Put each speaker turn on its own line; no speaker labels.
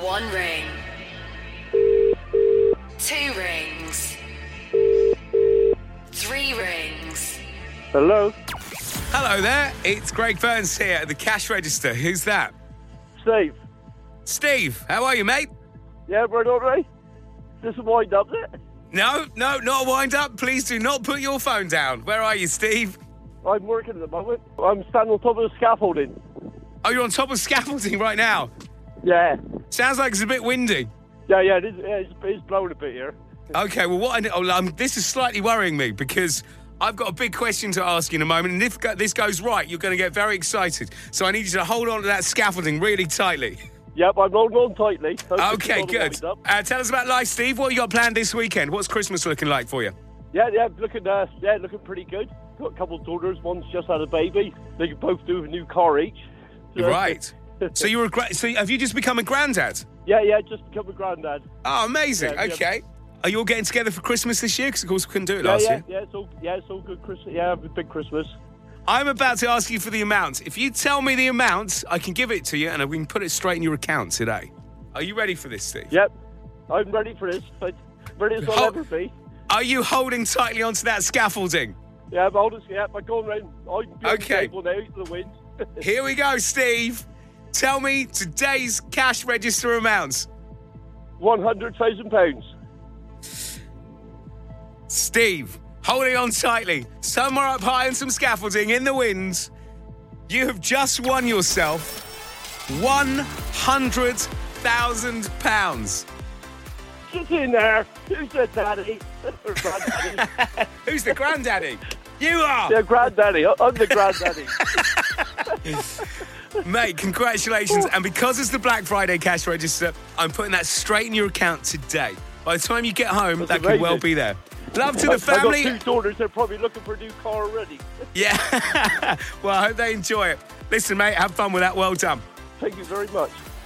One ring. Two rings. Three rings.
Hello,
Hello there, it's Greg Burns here at the cash register. Who's that?
Steve.
Steve, how are you, mate?
Yeah, we're all right. This is wind up it.
No, no, not a wind up. Please do not put your phone down. Where are you, Steve?
I'm working at the moment. I'm standing on top of the scaffolding.
Oh, you're on top of scaffolding right now.
Yeah,
Sounds like it's a bit windy.
yeah, yeah. It is, yeah, it's, it's blowing a bit here.
Okay, well, what I, know- oh, um, this is slightly worrying me because I've got a big question to ask you in a moment. And if go- this goes right, you're going to get very excited. So I need you to hold on to that scaffolding really tightly.
Yep, I'm holding on tightly. Hope it's
Okay,
not a
good.
wind up.
Uh, tell us about life, Steve. What you got planned this weekend? What's Christmas looking like for you?
Yeah, yeah, looking, uh, yeah, looking pretty good. Got a couple of daughters. One's just had a baby. They can both do a new car each. So-
Right. So you're a gra- so have you just become a granddad?
Yeah, yeah. Just become a granddad.
Oh, amazing.
Yeah, yeah.
okay. Are you all getting together for Christmas this year? Because of course we couldn't do it
Yeah,
last
yeah,
year.
yeah. It's all, yeah, it's all good. Christmas. Yeah, big Christmas.
I'm about to ask you for the amount. If you tell me the amount, I can give it to you and we can put it straight in your account today. Are you ready for this, Steve?
Yep, I'm ready for this. But ready as I'll
Oh.
ever be.
Are you holding tightly onto that scaffolding?
Yeah, but I'll just yeah, but going round. I'm behind
Okay.
the table now to the wind.
Here we go, Steve. Tell me today's cash register amounts.
One hundred thousand pounds.
Steve, holding on tightly, somewhere up high on some scaffolding in the wind, you have just won yourself £100,000.
Sit in there. Who's the daddy? granddaddy.
Who's the granddaddy? You are!
yeah, granddaddy. I- I'm the granddaddy.
Mate, congratulations. And because it's the Black Friday cash register, I'm putting that straight in your account today. By the time you get home,
That's
that could well
amazing.
be there. Love to the
I've got two
family.
daughters. They're probably looking for a new car already.
Yeah. well, I hope they enjoy it. Listen, mate, have fun with that. Well done.
Thank you very much.